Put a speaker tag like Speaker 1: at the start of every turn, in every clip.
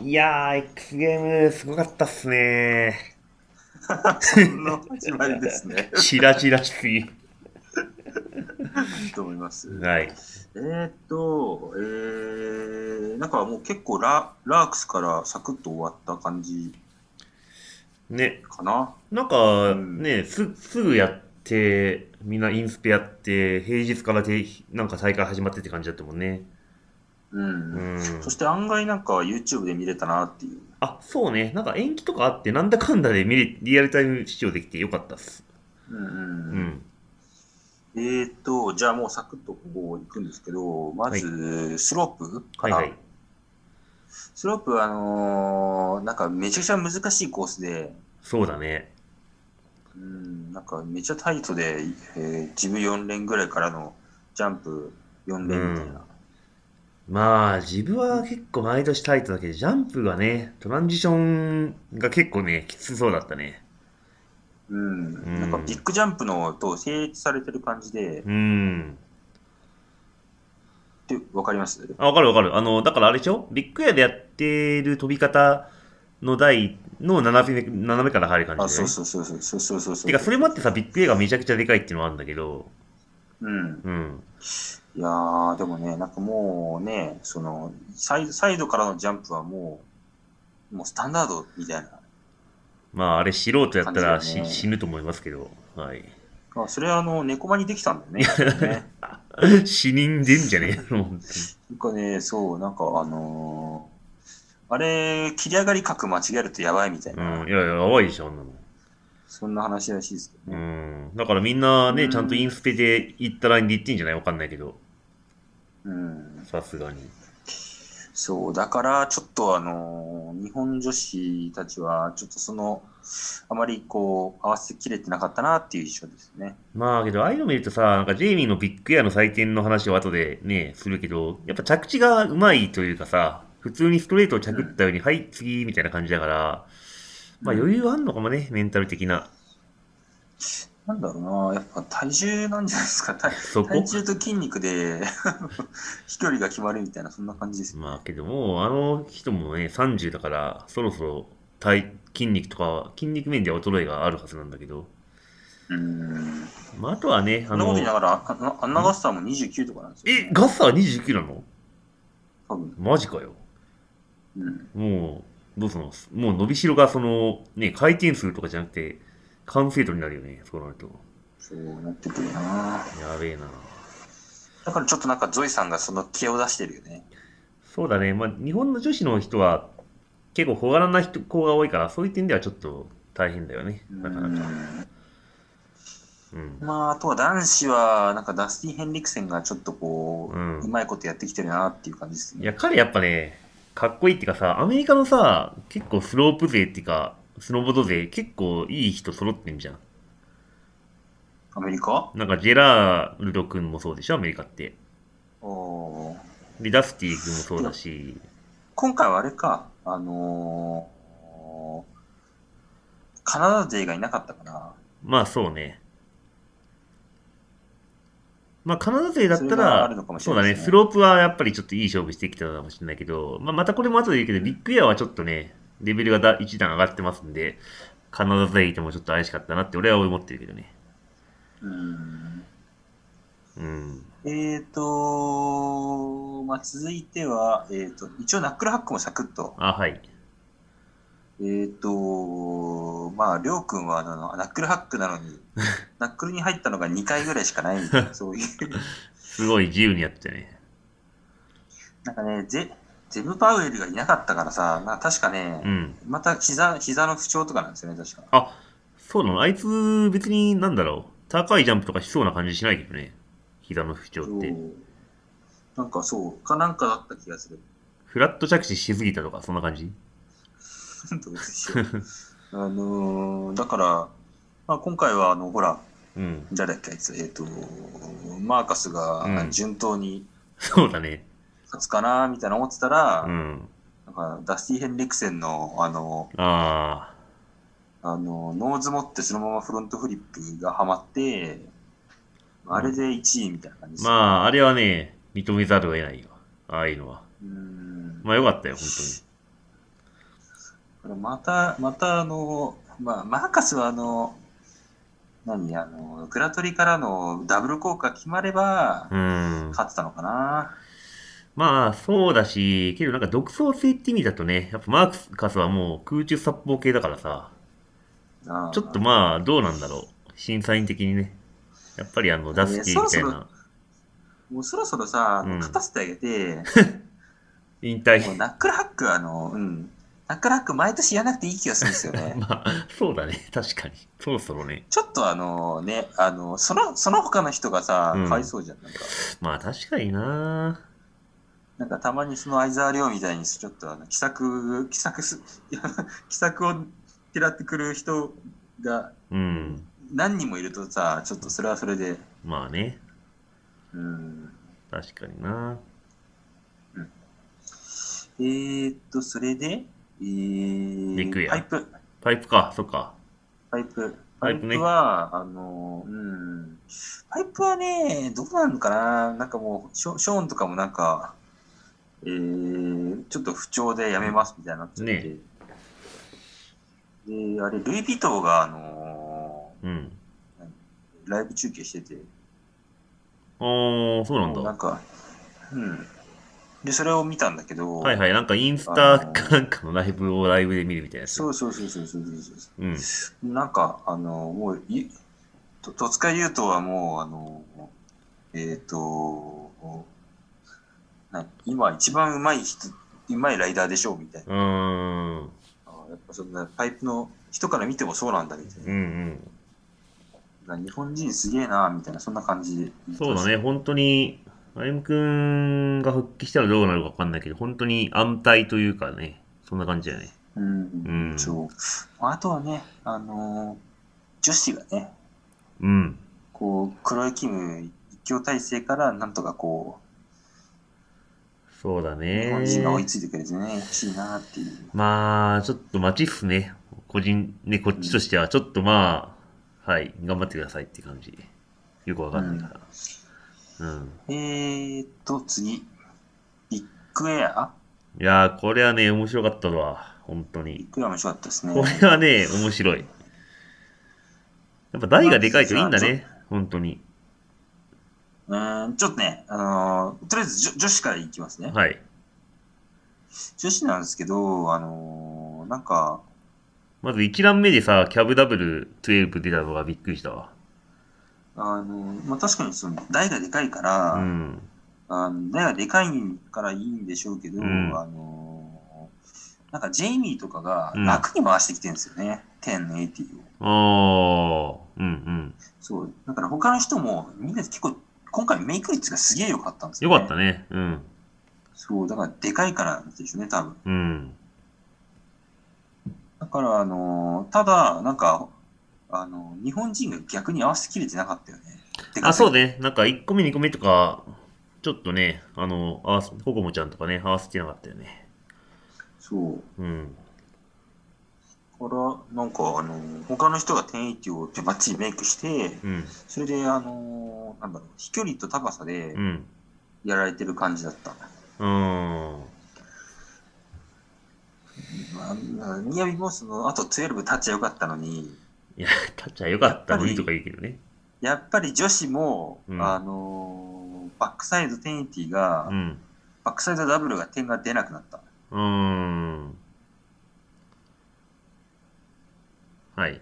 Speaker 1: いやー、X ゲーム、すごかったっすね
Speaker 2: そんな始まりですね。
Speaker 1: ー。チラチラしすぎ。
Speaker 2: いいと思います。
Speaker 1: はい。
Speaker 2: えーっと、えー、なんかもう結構ララークスからサクッと終わった感じ
Speaker 1: ね、
Speaker 2: かな。
Speaker 1: なんか、
Speaker 2: うん
Speaker 1: ね、す、すぐやって、みんなインスペやって、平日からて、なんか大会始まってって感じだったもんね。
Speaker 2: う。
Speaker 1: うんん。
Speaker 2: そして案外なんか YouTube で見れたなっていう。
Speaker 1: あ、そうね。なんか延期とかあって、なんだかんだで見れ、リアルタイム視聴できてよかったっす。
Speaker 2: うんうん
Speaker 1: う。ん。
Speaker 2: えーっと、じゃあもうサクッとここ行くんですけど、まず、スロープか
Speaker 1: はい
Speaker 2: な。
Speaker 1: はい。
Speaker 2: スロープはあのーなんかめちゃくちゃ難しいコースで、
Speaker 1: そうだね。
Speaker 2: うん、なんかめっちゃタイトで、えー、自分4連ぐらいからのジャンプ4連みたいな。
Speaker 1: まあ、自分は結構毎年タイトだけど、ジャンプがね、トランジションが結構ね、きつそうだったね。
Speaker 2: うん、
Speaker 1: ん
Speaker 2: なんかビッグジャンプのと整列されてる感じで、
Speaker 1: うん。
Speaker 2: ってわかります
Speaker 1: あ、わかるわかる。あの、だからあれでしょビッグエアでやってる飛び方の台の斜め斜めから入る感じで、
Speaker 2: あ、そうそうそうそうそうそうそうそう。
Speaker 1: てか、それもあってさ、ビッグエアがめちゃくちゃでかいっていうのはあるんだけど、
Speaker 2: うん。
Speaker 1: うん。
Speaker 2: いやー、でもね、なんかもうね、そのサイ、サイドからのジャンプはもう、もうスタンダードみたいな。
Speaker 1: まあ、あれ素人やったら
Speaker 2: 感じ
Speaker 1: し、
Speaker 2: だよね
Speaker 1: 死ぬと思いますけど、はい。
Speaker 2: あそれはあの、猫間にできたんだよね。ね
Speaker 1: 死人でんじゃ ねえの、本
Speaker 2: なんかね、そう、なんかあのーあれ、切り上がり角間違えるとやばいみたい
Speaker 1: 当に
Speaker 2: な、
Speaker 1: うん。いやいや、やばいでしょ、あんなの。
Speaker 2: そんな話らしいですけど
Speaker 1: う
Speaker 2: ね。
Speaker 1: ん。だからみんなね、
Speaker 2: うん
Speaker 1: ちゃんとインスペで行ったラインで行ってんじゃないわかんないけど、
Speaker 2: うん。
Speaker 1: さすがに。
Speaker 2: そう、だから、ちょっとあのー日本女子たちは、ちょっとその、あまりこう、合わせきれてなかったなっていう印象ですね。
Speaker 1: まあけど、ああいうの見るとさ、なんかジェイミーのビッグエアの採点の話を後でね、するけど、やっぱ着地がうまいというかさ、普通にストレートを着ったように、はい、次、みたいな感じだから、まあ余裕あんのかもね、メンタル的な。
Speaker 2: なんだろうな、やっぱ体重なんじゃないですか。体
Speaker 1: そこ
Speaker 2: 体重と筋肉で 飛距離が決まるみたいな、そんな感じですね。
Speaker 1: まあけどもう、あの人もね、30だから、そろそろ体、筋肉とか、筋肉面では衰えがあるはずなんだけど、
Speaker 2: うん。
Speaker 1: まああとはね、
Speaker 2: そ
Speaker 1: あ
Speaker 2: んなこと
Speaker 1: の
Speaker 2: 言い、ながら、あのアンナガスターも29とかなんですよ、
Speaker 1: え
Speaker 2: ね。、
Speaker 1: ガッサー29なの
Speaker 2: 多分。
Speaker 1: マジかよ。
Speaker 2: うん。
Speaker 1: もう、どうすんのもう伸びしろが、その、ね、回転数とかじゃなくて、完成度になるよね、そうなると。
Speaker 2: そうなってくるな。
Speaker 1: やべえな。
Speaker 2: だからちょっとなんかゾイさんがその気を出してるよね。
Speaker 1: そうだね、まあ、日本の女子の人は、結構小柄な人子が多いから、そういう点ではちょっと大変だよね、なかなか。 うん。
Speaker 2: まあ、あとは男子は、なんかダスティ・ヘンリクセンがちょっとこう、
Speaker 1: う
Speaker 2: うんまいことやってきてるなっていう感じです
Speaker 1: い
Speaker 2: ね。
Speaker 1: や、彼やっぱね、かっこいいっていうかさ、アメリカのさ、結構スロープ勢っていうか、スノボード勢、結構いい人揃ってんじゃん。
Speaker 2: アメリカ
Speaker 1: なんか、ジェラールド君もそうでしょ、アメリカって。
Speaker 2: おー
Speaker 1: で、ダスティ君もそうだし、
Speaker 2: 今回はあれか、あのー、カナダ勢がいなかったかな。
Speaker 1: まあそうね。まあカナダ勢だった
Speaker 2: それがあ
Speaker 1: ら
Speaker 2: るのか、もし
Speaker 1: そ
Speaker 2: れ
Speaker 1: う
Speaker 2: な
Speaker 1: だ
Speaker 2: い
Speaker 1: ね、
Speaker 2: ですね
Speaker 1: スロープはやっぱりちょっといい勝負してきたのかもしれないけど、まあまたこれも後で言うけど、ビッグエアはちょっとね、レベルがだ一段上がってますんで、カナダ勢いてもちょっと怪しかったなって俺は思ってるけどね。
Speaker 2: うん。
Speaker 1: うん。
Speaker 2: えーと、まあ、続いては、えーと、一応ナックルハックもサクッと。
Speaker 1: あ、はい。
Speaker 2: えーと、まあ、りょうくんはあの、ナックルハックなの に、ナックルに入ったのが2回ぐらいしかないみたいな、そういう。
Speaker 1: すごい自由にやってたね。
Speaker 2: なんかね、ゼゼブ・パウエルがいなかったからさ、まあ、確かね、
Speaker 1: うん。
Speaker 2: また膝膝の不調とかなんですよね、確か。
Speaker 1: あ、そうなのあいつ別になんだろう。高いジャンプとかしそうな感じしないけどね。膝の不調って。
Speaker 2: そうなんかそう、かなんかだった気がする。
Speaker 1: フラット着地しすぎたとか、そんな感じ
Speaker 2: どうでしょう あのーだから、まあ、今回はあの、ほら、
Speaker 1: うん。
Speaker 2: 誰だっけ、あいつ、えっ、と、マーカス
Speaker 1: う
Speaker 2: が
Speaker 1: ん
Speaker 2: 順当に
Speaker 1: そうだね。
Speaker 2: 勝つかな、みたいな思ってたら、
Speaker 1: うん。
Speaker 2: なんかダスティ・ヘンリクセンの、あの、
Speaker 1: あ
Speaker 2: あの、ノーズ持ってそのままフロントフリップがはまって、あれで1位みたいな感じです。
Speaker 1: あ、まあ、あれはね、認めざるを得ないよ。ああいうのは。
Speaker 2: うーん
Speaker 1: まあ、よかったよ、本
Speaker 2: これまた、またあの、まあ、マーカスはあの、何、あの、グラトリからのダブル効果決まれば、
Speaker 1: うん。
Speaker 2: 勝ってたのかな。
Speaker 1: まあ、そうだし、けどなんか独創性って意味だとね、やっぱマーカスはもう空中殺法系だからさ、
Speaker 2: あー
Speaker 1: ちょっとまあ、どうなんだろう。審査員的にね。やっぱりあの、ダスキーみたい
Speaker 2: いやそろそ
Speaker 1: な、
Speaker 2: もうそろそろさ、
Speaker 1: うん
Speaker 2: 勝たせてあげて、
Speaker 1: 引
Speaker 2: もう
Speaker 1: 退。
Speaker 2: ナックルハック、あの、うん。ナックルハック毎年やらなくていい気がするんですよね。
Speaker 1: まあ、そうだね。確かに。そろそろね。
Speaker 2: ちょっとあのね、あの、その、その他の人がさ
Speaker 1: うん、
Speaker 2: かわいそうじゃん。なんか、
Speaker 1: まあ、確かにな
Speaker 2: なんかたまにその相沢亮みたいに、ちょっとあの、気さく、気さくす、 いや気さくを嫌ってくる人が
Speaker 1: うん。
Speaker 2: 何人もいるとさ、ちょっとそれはそれで、
Speaker 1: まあね。
Speaker 2: うん。
Speaker 1: 確かにな
Speaker 2: えー、っと、それで、えー
Speaker 1: リクエア
Speaker 2: パイプ、
Speaker 1: パイプか、そっか。
Speaker 2: パイプ。
Speaker 1: パ
Speaker 2: パイ
Speaker 1: イプ
Speaker 2: プ
Speaker 1: ね
Speaker 2: は、あの、うん。パイプはね、どうなのかななんかもう、ショショーンとかもなんか、えー、ちょっと不調でやめますみたいになっちゃって。
Speaker 1: ね
Speaker 2: で、あれ、ルイ・ヴィトーが、あの
Speaker 1: うん。
Speaker 2: ーライブ中継してて、
Speaker 1: あー、そうなんだ。
Speaker 2: なんか、うん。で、それを見たんだけど、
Speaker 1: はいはい、なんかインスタかなんかのライブをライブで見るみたいなやつ。
Speaker 2: そうそうそうそうそうそうそう。
Speaker 1: うん。
Speaker 2: なんか、あの、もう、いと戸塚優斗はもう、あの、えっ、と、な今一番うまい人、うまいライダーでしょうみたいな。
Speaker 1: うーん。
Speaker 2: あやっぱそんなパイプの人から見てもそうなんだみたい
Speaker 1: うん
Speaker 2: な。日本人すげえな、みたいな、そんな感じで
Speaker 1: うん。そうだね、。本当に、歩夢くんが復帰したらどうなるかわかんないけど、本当に安泰というかね、そんな感じだよね。
Speaker 2: うん、
Speaker 1: うん
Speaker 2: そう。あとはね、あの、女子がね、
Speaker 1: うん。
Speaker 2: こう、黒いキム一強体制からなんとかこ
Speaker 1: そう
Speaker 2: う、
Speaker 1: だ
Speaker 2: 日本
Speaker 1: ね。
Speaker 2: 人が追いついてくれてね、欲しいなっていう。
Speaker 1: まあ、ちょっと待ちっすね。個人、ね、こっちとしては、ちょっとまあ、はい、頑張ってくださいって感じ。よくわかんないから。うん。
Speaker 2: えーと、次。ビッグエア
Speaker 1: いやー、これはね、面白かったわ。本当
Speaker 2: ビ
Speaker 1: に。
Speaker 2: ッグエア面白かったですね。
Speaker 1: これはね、面白い。やっぱ台がでかいといいんだね。本当に。
Speaker 2: うーん、ちょっとね、あのーとりあえずじょ女子からいきますね。
Speaker 1: はい。
Speaker 2: 女子なんですけど、あのーなんか、
Speaker 1: まず1段目でさ、キャブダブル12出たのがびっくりしたわ。
Speaker 2: あのーまあ、確かにその、台がでかいから、
Speaker 1: うん。
Speaker 2: あの台がでかいからいいんでしょうけど、
Speaker 1: うん
Speaker 2: あのーなんかジェイミーとかが
Speaker 1: うん
Speaker 2: 楽に回してきてるんですよね。1080を。
Speaker 1: あー、うんうん。
Speaker 2: そう。だから他の人も、みんな結構、今回メイク率がすげえ良かったんです
Speaker 1: よ
Speaker 2: よ、
Speaker 1: かったね。うん。
Speaker 2: そう、だからでかいからなんでしょうね、多分。
Speaker 1: うん。
Speaker 2: だから、あのーただ、なんか、あのー日本人が逆に合わせきれてなかったよね。でか
Speaker 1: あ、
Speaker 2: す
Speaker 1: そう
Speaker 2: ぎて
Speaker 1: ね。なんか1個目、2個目とか、ちょっとね、あの、合わせ、ココモちゃんとかね、合わせてなかったよね。
Speaker 2: そう。
Speaker 1: うん。
Speaker 2: だから、なんか、あのー他の人が1080をバッチリメイクして、
Speaker 1: うん。
Speaker 2: それで、あのーなんだろう、飛距離と高さで
Speaker 1: うん。
Speaker 2: やられてる感じだった。
Speaker 1: うー ん。
Speaker 2: まあ、宮城もその、あと12タッチは良かったのに、
Speaker 1: いや、タッチャーよかったのにとか言うけどね。
Speaker 2: やっぱり女子も、
Speaker 1: うん
Speaker 2: あのーバックサイド1080が、
Speaker 1: うん。
Speaker 2: バックサイドダブルが点が出なくなった。
Speaker 1: うーん。はい。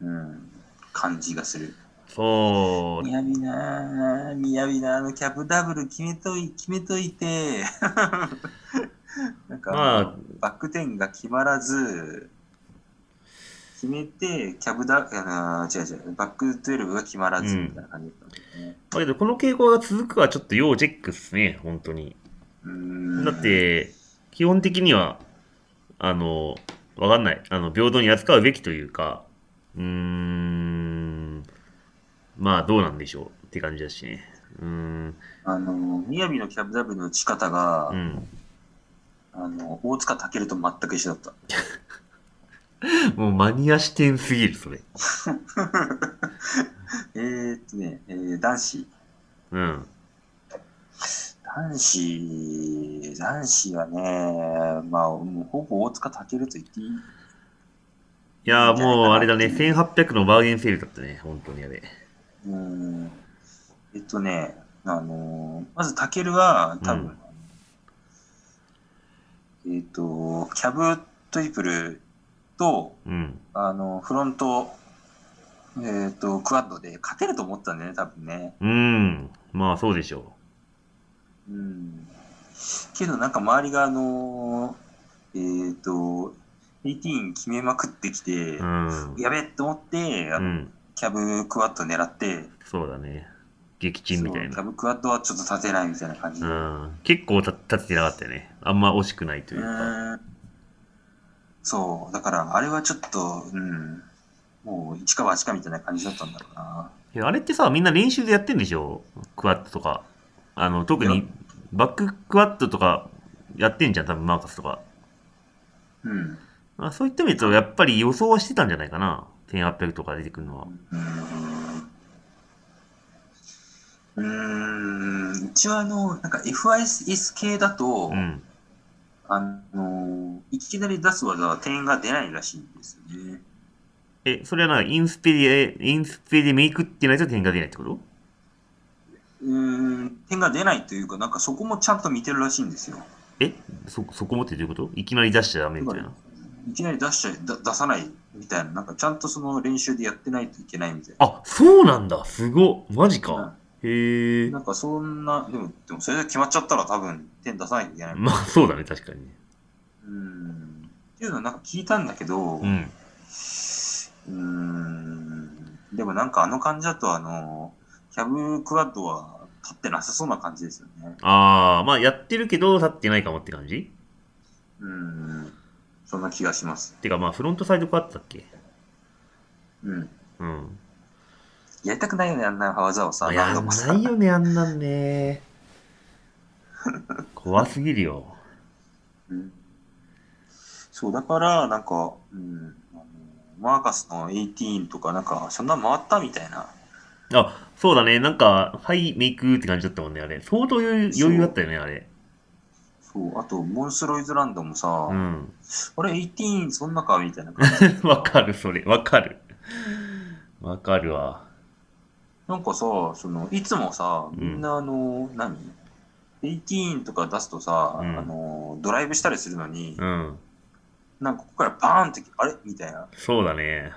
Speaker 2: うん、感じがする。
Speaker 1: そう
Speaker 2: み。やびなぁ、みやびなぁのキャブダブル決めとい、決めといて、 なんか、
Speaker 1: まあ、
Speaker 2: バック転が決まらず、決めて、キャブダ、あー違う違う、バック12が決まらず
Speaker 1: うん
Speaker 2: みたいな感じだったんだよね。
Speaker 1: だけどこの傾向が続くはちょっと要チェックっすね、本当に。
Speaker 2: うーん
Speaker 1: だっ、て、基本的には、あの、わかんない。あの、平等に扱うべきというか、うーん、まあ、どうなんでしょうって感じだしね。うーん、
Speaker 2: あの、みやびのキャブダブルの打ち方が、
Speaker 1: うん。
Speaker 2: あの、大塚健と全く一緒だった。
Speaker 1: もうマニア視点すぎる、それ。
Speaker 2: えーっとね、えー男子。
Speaker 1: うん。
Speaker 2: 男子、男子はね、まあ、もうほぼ大塚健と言っていい。
Speaker 1: いやーもうあれだね、1800のバーゲンセールだったね、本当にあれ。
Speaker 2: うーん。えっとね、あのーまず健は多分、えっと、キャブトリプルと、
Speaker 1: うん。
Speaker 2: あの、フロント、えっと、クワッドで勝てると思ったんだよね、多分ね。
Speaker 1: うん。まあそうでしょ
Speaker 2: うん。けどなんか周りがあのーえっと、18決めまくってきて、
Speaker 1: う。うん。
Speaker 2: やべえと思って、あ
Speaker 1: う
Speaker 2: の
Speaker 1: ん。
Speaker 2: キャブクワッド狙って、
Speaker 1: そうだね。撃沈みたい
Speaker 2: そうキャ
Speaker 1: な。
Speaker 2: ブクワッドはちょっと立てないみたいな感じで。
Speaker 1: うん。結構た立ててなかったよね。あんま惜しくないというか。
Speaker 2: うーんそう、だからあれはちょっと、うん、もう一か八かみたいな感じだったんだろうな。
Speaker 1: いやあれってさ、みんな練習でやってんでしょクワッドとか。あの、特
Speaker 2: いや
Speaker 1: にバッククワッドとかやってんじゃん、多分マーカスとか。
Speaker 2: うん。
Speaker 1: あそういった意味で言うと、やっぱり予想はしてたんじゃないかな。1800とか出てくるのは。
Speaker 2: うーん、うちはあの、なんか FIS 系だと、
Speaker 1: うん。
Speaker 2: あの、いきなり出す技は点が出ないらしいんですよね。
Speaker 1: え、それはなんかインスペで、インスペでメイクってないと点が出ないってこと
Speaker 2: うーん、点が出ないというか、なんかそこもちゃんと見てるらしいんですよ。
Speaker 1: えそ、そこもってどういうこといきなり出しちゃダメみたいな。
Speaker 2: いきなり出しちゃいだ出さないみたいな、なんかちゃんとその練習でやってないといけないみたいな。
Speaker 1: あ、そうなんだ。すごっ。マジ
Speaker 2: うん
Speaker 1: か。へえ。
Speaker 2: なんかそんな、でも、でもそれで決まっちゃったら多分点出さないといけない。
Speaker 1: まあ、そうだね、確かにね。
Speaker 2: うん。っていうのはなんか聞いたんだけど、
Speaker 1: う。
Speaker 2: うんーん。でもなんかあの感じだと、あの、キャブクワッドは立ってなさそうな感じですよね。
Speaker 1: ああ、まあ、やってるけど、立ってないかもって感じ
Speaker 2: うん。そんな気がします。
Speaker 1: てか、まあ、フロントサイドクワッドだっけ
Speaker 2: うん。
Speaker 1: うん。
Speaker 2: やりたくないよね、あんな技をさ、
Speaker 1: まあや
Speaker 2: 何度
Speaker 1: ん
Speaker 2: も
Speaker 1: な
Speaker 2: さ。
Speaker 1: いよね、あんなんね。怖すぎるよ。
Speaker 2: うんそう、だから、なんか、うん、あのマーカスの18とか、なんか、そんな回ったみたいな。
Speaker 1: あ、そうだね。なんか、はい、メイクって感じだったもんね、あれ。相当余裕
Speaker 2: そう
Speaker 1: 余裕あったよね、あれ。
Speaker 2: そう、あと、モンスロイズランドもさ、
Speaker 1: うん。
Speaker 2: あれ、18そんなかみたいな感じ
Speaker 1: わかる、それ。わかる。わかるわ。
Speaker 2: なんかさ、その、いつもさ、みんな、あの、何 ?18 とか出すとさ、
Speaker 1: うん
Speaker 2: あの、ドライブしたりするのに、
Speaker 1: うん。
Speaker 2: なんか、ここからバーンって、あれみたいな。っ
Speaker 1: そうだね。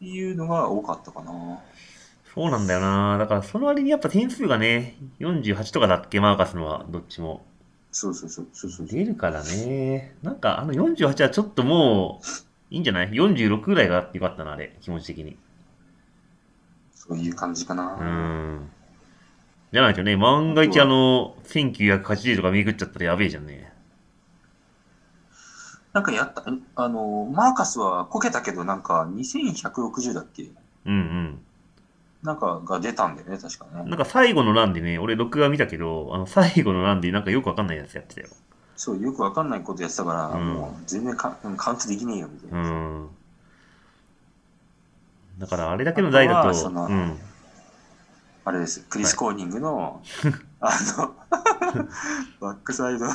Speaker 2: ていうのが多かったかな。
Speaker 1: そうなんだよな。だから、その割にやっぱ点数がね、48とかだっけ、マーカスのは、どっちも。
Speaker 2: そうそうそう、そうそうそう。
Speaker 1: 出るからね。なんか、あの48はちょっともう、いいんじゃない ?46 ぐらいがよかったな、あれ。気持ち的に。
Speaker 2: そういう感じかな。
Speaker 1: うーん。じゃないとね、万が一あの、1980とかめくっちゃったらやべえじゃんね。
Speaker 2: なんかやった、あの、マーカスはこけたけど、なんか2160だっけ
Speaker 1: うん
Speaker 2: なんかが出たんだよね、確か
Speaker 1: うん。
Speaker 2: ね。
Speaker 1: なんか最後の欄でね、俺録画見たけど、あの、最後の欄でなんかよくわかんないやつやってたよ。
Speaker 2: そう、よくわかんないことやってたから、
Speaker 1: うん
Speaker 2: もう全然かカウントできねえよ、みたいうな。
Speaker 1: ーん。だからあれだけの台だ
Speaker 2: あとは
Speaker 1: と、
Speaker 2: その
Speaker 1: うん。
Speaker 2: あれです、クリス・コーニングの、あ の、バックサイド、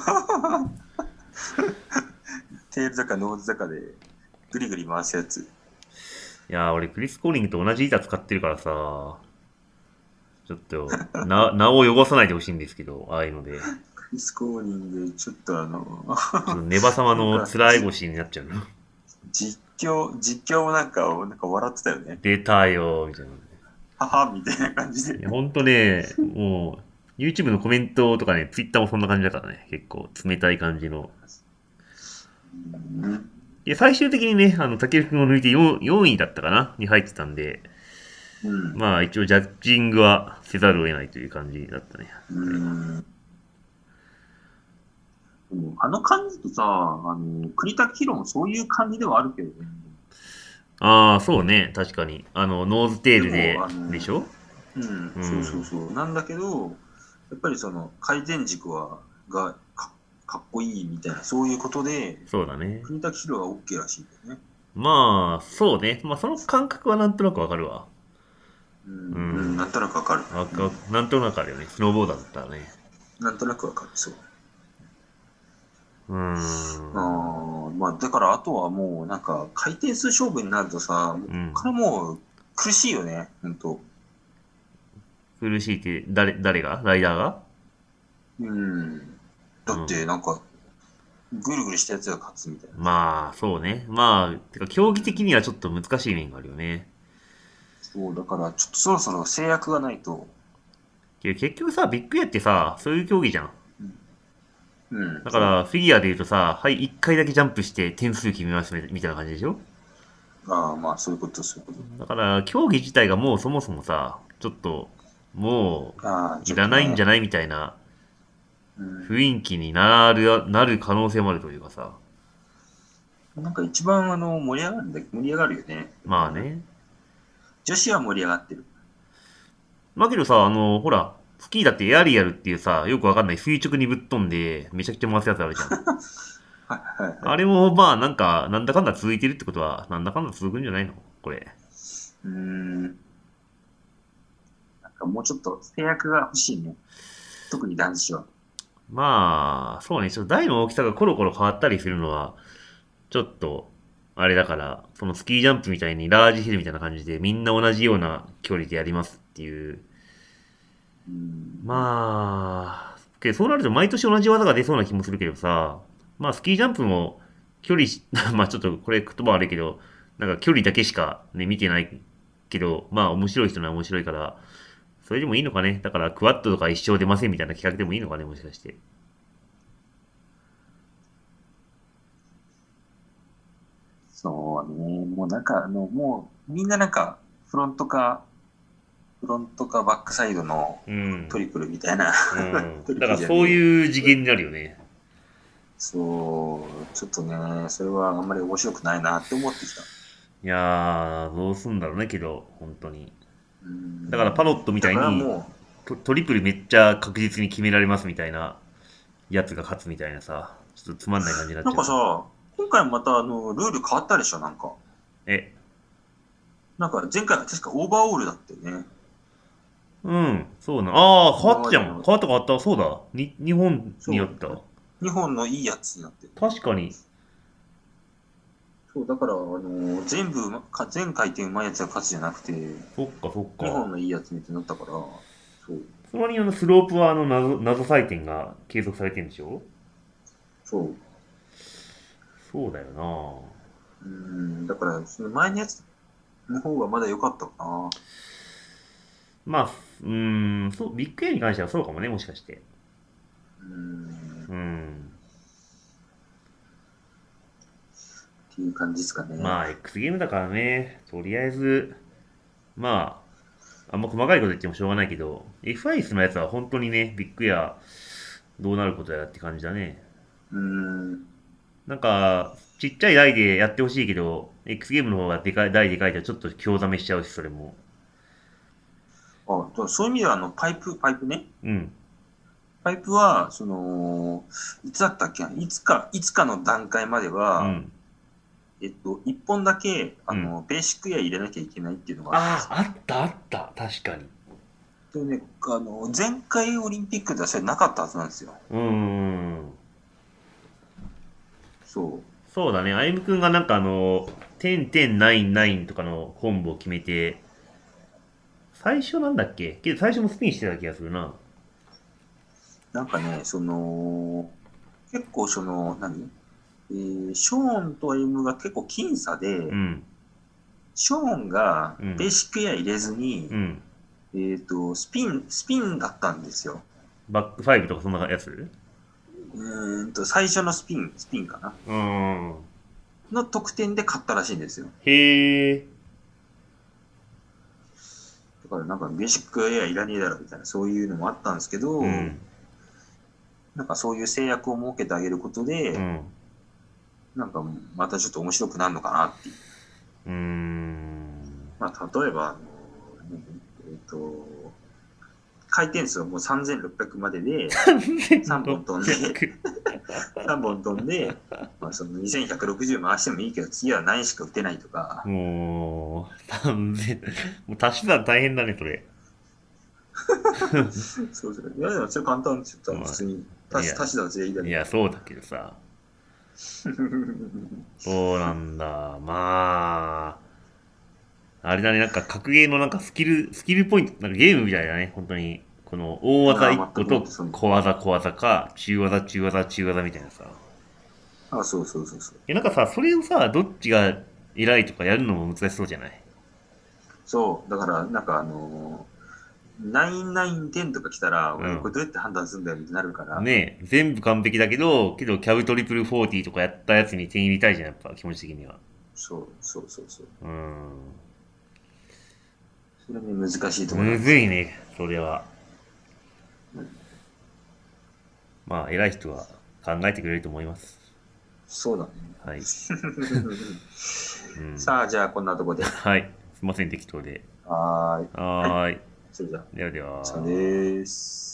Speaker 2: テール坂、ノーズ坂で、ぐりぐり回すやつ。
Speaker 1: いやー、俺、クリス・コーリングと同じ板使ってるからさ、ちょっと、 な、名を汚さないでほしいんですけど、ああいうので。ち
Speaker 2: クリス・コーニング、ちょっとあの、
Speaker 1: ょっとネバ様の辛い腰になっちゃう な。
Speaker 2: 実況、実況もなんか、なんか笑ってたよね。
Speaker 1: 出たよー、みたいな。
Speaker 2: はは、みたいな感じで
Speaker 1: い。や、ほんとね、もう、YouTube のコメントとかね、Twitter もそんな感じだからね、結構、冷たい感じの。
Speaker 2: うん
Speaker 1: で、最終的にね、あの、たけるくんを抜いて 4, 4位だったかなに入ってたんで、
Speaker 2: うん
Speaker 1: まあ、一応、ジャッジングはせざるを得ないという感じだったね。
Speaker 2: うんでもあの感じとさ、あの栗田ヒロもそういう感じではあるけどね。
Speaker 1: ああ、そうね、確かに。あの、ノーズテール
Speaker 2: で
Speaker 1: で
Speaker 2: もあ、の
Speaker 1: でしょ
Speaker 2: うん、
Speaker 1: うん
Speaker 2: そうそうそう。なんだけど、やっぱりその改善軸はがかかっこいいみたいな、そういうことで、
Speaker 1: そうだね。
Speaker 2: 栗田ヒロは OK らしいんだよね。
Speaker 1: まあ、そうね。まあ、その感覚はなんとなくわかるわ。
Speaker 2: うん、
Speaker 1: うん
Speaker 2: うん、なんとなくわかる。
Speaker 1: わかなんとなくあるよね。スノーボーダーだったらね。
Speaker 2: なんとなくわかる。そう。
Speaker 1: うーん。
Speaker 2: あーまあ、だから、あとはもう、なんか、回転数勝負になるとさ、もうこ
Speaker 1: うん
Speaker 2: っからもう、苦しいよね、ほんと。
Speaker 1: 苦しいって、誰、誰がライダーが
Speaker 2: うん。だって、なんか、ぐるぐるしたやつが勝つみたいな。
Speaker 1: まあ、そうね。まあ、てか、競技的にはちょっと難しい面があるよね。
Speaker 2: そう、だから、ちょっとそろそろ制約がないと、
Speaker 1: けど結局さ、ビッグエアってさ、そういう競技じゃん。
Speaker 2: うん。
Speaker 1: だか、ら、フィギュアで言うとさ、はい、1回だけジャンプして点数決めますみたいな感じでしょ
Speaker 2: ああ、まあ、そういうこと、そういうこ
Speaker 1: だから、競技自体がもうそもそもさ、ちょっと、も
Speaker 2: と。ああ、
Speaker 1: う、いらないんじゃ
Speaker 2: ない、
Speaker 1: ないみたいな
Speaker 2: うん
Speaker 1: 雰囲気になる、なる可能性もあるというかさ。
Speaker 2: なんか一番、あの、盛り上がるんだ、盛り上がるよね。
Speaker 1: まあ。ね。
Speaker 2: 女子は盛り上がってる。
Speaker 1: まあけどさ、あの、ほら、スキーだってエアリアルっていうさ、よくわかんない垂直にぶっ飛んで、めちゃくちゃ回すやつ あるじゃん。
Speaker 2: はいはいはい。
Speaker 1: あれも、まあなんか、なんだかんだ続いてるってことは、なんだかんだ続くんじゃないのこれ。
Speaker 2: うーん。なんかもうちょっと制約が欲しいね。特に男子は。
Speaker 1: まあ、そうね、ちょっと台の大きさがコロコロ変わったりするのは、ちょっと、あれだから、そのスキージャンプみたいにラージヒルみたいな感じで、みんな同じような距離でやりますっていう。
Speaker 2: うん。
Speaker 1: まあ、けどそうなると毎年同じ技が出そうな気もするけどさ、まあスキージャンプも距離し、 まあちょっとこれ言葉悪いけど、なんか距離だけしかね、見てないけど、まあ面白い人には面白いから、それでもいいのかね。だからクワッドとか一生出ませんみたいな企画でもいいのかね、もしかして。
Speaker 2: そうね。もうなんか、あの、もうみんななんか、フロントか、フロントかバックサイドの
Speaker 1: うん。
Speaker 2: トリプルみたいな。
Speaker 1: うんだからそういう次元になるよね。
Speaker 2: そう、ちょっとね、それはあんまり面白くないなって思ってきた。
Speaker 1: いやー、どうすんだろうね、けど、本当に。
Speaker 2: うん
Speaker 1: だからパロットみたい
Speaker 2: だから
Speaker 1: に
Speaker 2: も
Speaker 1: ト、トリプルめっちゃ確実に決められますみたいなやつが勝つみたいなさ、ちょっとつまんない感じにな
Speaker 2: う、
Speaker 1: っち
Speaker 2: な
Speaker 1: ゃう。
Speaker 2: んかさ、今回またあの、ルール変わったでしょ、なんか。
Speaker 1: え、
Speaker 2: なんか前回は確かオーバーオールだったよね。
Speaker 1: うん、そうな。あー、変わったじゃ
Speaker 2: 変わ
Speaker 1: ん。
Speaker 2: る
Speaker 1: 変わった変わった、そうだ。に、日本にあった。
Speaker 2: 2本のいいやつになってる。
Speaker 1: 確かに。
Speaker 2: そう、だから、あの、全部うま、か全回転うまいやつが勝つじゃなくて、2
Speaker 1: そっかそっ
Speaker 2: 本
Speaker 1: か。
Speaker 2: のいいやつみたいになったから、そう、
Speaker 1: そのにあのスロープはあの謎、謎採点が継続されてるんでしょ
Speaker 2: そう。
Speaker 1: そうだよな
Speaker 2: うん、だから、その前のやつの方がまだ良かったかな。
Speaker 1: まあ、うーん、そう、ビッグエアに関してはそうかもね、もしかして。
Speaker 2: うん、
Speaker 1: うん。
Speaker 2: っていう感じですかね。
Speaker 1: まあ、X ゲームだからね、とりあえず、まあ、あんま細かいこと言ってもしょうがないけど、F1 のやつは本当にね、ビッグエア、どうなることやらって感じだね。
Speaker 2: うん、
Speaker 1: なんか、ちっちゃい台でやってほしいけど、X ゲームの方がでかい、台でかいとちょっと興ざめしちゃうし、それも。
Speaker 2: あとそういう意味では、あの、パイプ、パイプね。
Speaker 1: うん。
Speaker 2: パイプは、その、いつだったっけないつか、いつかの段階まで
Speaker 1: う
Speaker 2: は、
Speaker 1: ん。
Speaker 2: えっと、1本だけ、あの、ベーシックエア入れなきゃいけないっていうのがあ
Speaker 1: ああ、あったあった、確かに。
Speaker 2: でもね、あの、前回オリンピックではそれなかったはずなんですよ。
Speaker 1: うーん。
Speaker 2: そう。
Speaker 1: そうだね、歩夢君がなんかあの、10.99とかのコンボを決めて、最初なんだっけけど最初もスピンしてた気がするな。
Speaker 2: なんかね、その、結構その、何えーショーンとエムが結構僅差で、
Speaker 1: うん、
Speaker 2: ショーンが
Speaker 1: うん
Speaker 2: ベーシックエア入れずに、
Speaker 1: うん。
Speaker 2: えっ、と、スピン、スピンだったんですよ。
Speaker 1: バックファイブとかそんなやつ
Speaker 2: うーんと、最初のスピン、スピンかな
Speaker 1: うーん。
Speaker 2: の得点で勝ったらしいんですよ。
Speaker 1: へえ。
Speaker 2: だからなんかベーシックエアいらねえだろみたいな、そういうのもあったんですけど、
Speaker 1: うん。
Speaker 2: なんかそういう制約を設けてあげることで、
Speaker 1: うん。
Speaker 2: なんかまたちょっと面白くなるのかなっていう。
Speaker 1: うーん。
Speaker 2: まあ、例えば、あのえっ、と、回転数はもう3600までで、3本飛んで、3本飛んで、まあ、その2160回してもいいけど、次は何しか打てないとか、
Speaker 1: もう、3000、もう足し算大変だね、それ。
Speaker 2: そうですね。いや、でもそれ簡単ですよ。多分普通に。
Speaker 1: まあ
Speaker 2: 足し足し算全員だ
Speaker 1: い
Speaker 2: ね。
Speaker 1: や、そうだけどさ。そうなんだ。まあ、あれだね、なんか格ゲーのなんかスキル、スキルポイント、なんかゲームみたいだね、本当に。この大技
Speaker 2: あー
Speaker 1: 1個
Speaker 2: 全
Speaker 1: と
Speaker 2: くそう
Speaker 1: 小技小技か、中技中技中技みたいなさ。
Speaker 2: あ、そうそうそうそう。
Speaker 1: え、なんかさ、それをさ、どっちが偉いとかやるのも難しそうじゃない
Speaker 2: そう、だから、なんかあのー、9-9-10とか来たら、
Speaker 1: うん
Speaker 2: これどうやって判断するんだよってなるから、
Speaker 1: ねえ、全部完璧だけど、けどキャブトリプル40とかやったやつに点入れたいじゃん、やっぱ気持ち的には。
Speaker 2: そうそうそうそう。
Speaker 1: うーん。
Speaker 2: それも難しいところ
Speaker 1: むずいね、それは。まあ、偉い人は考えてくれると思います。
Speaker 2: そう だね。
Speaker 1: はい。うん、
Speaker 2: さあ、じゃあこんなとこで。
Speaker 1: はい。すいません、適当で。
Speaker 2: はーい。
Speaker 1: はーい。
Speaker 2: それじゃ
Speaker 1: ではでは。
Speaker 2: あ、さあでーす。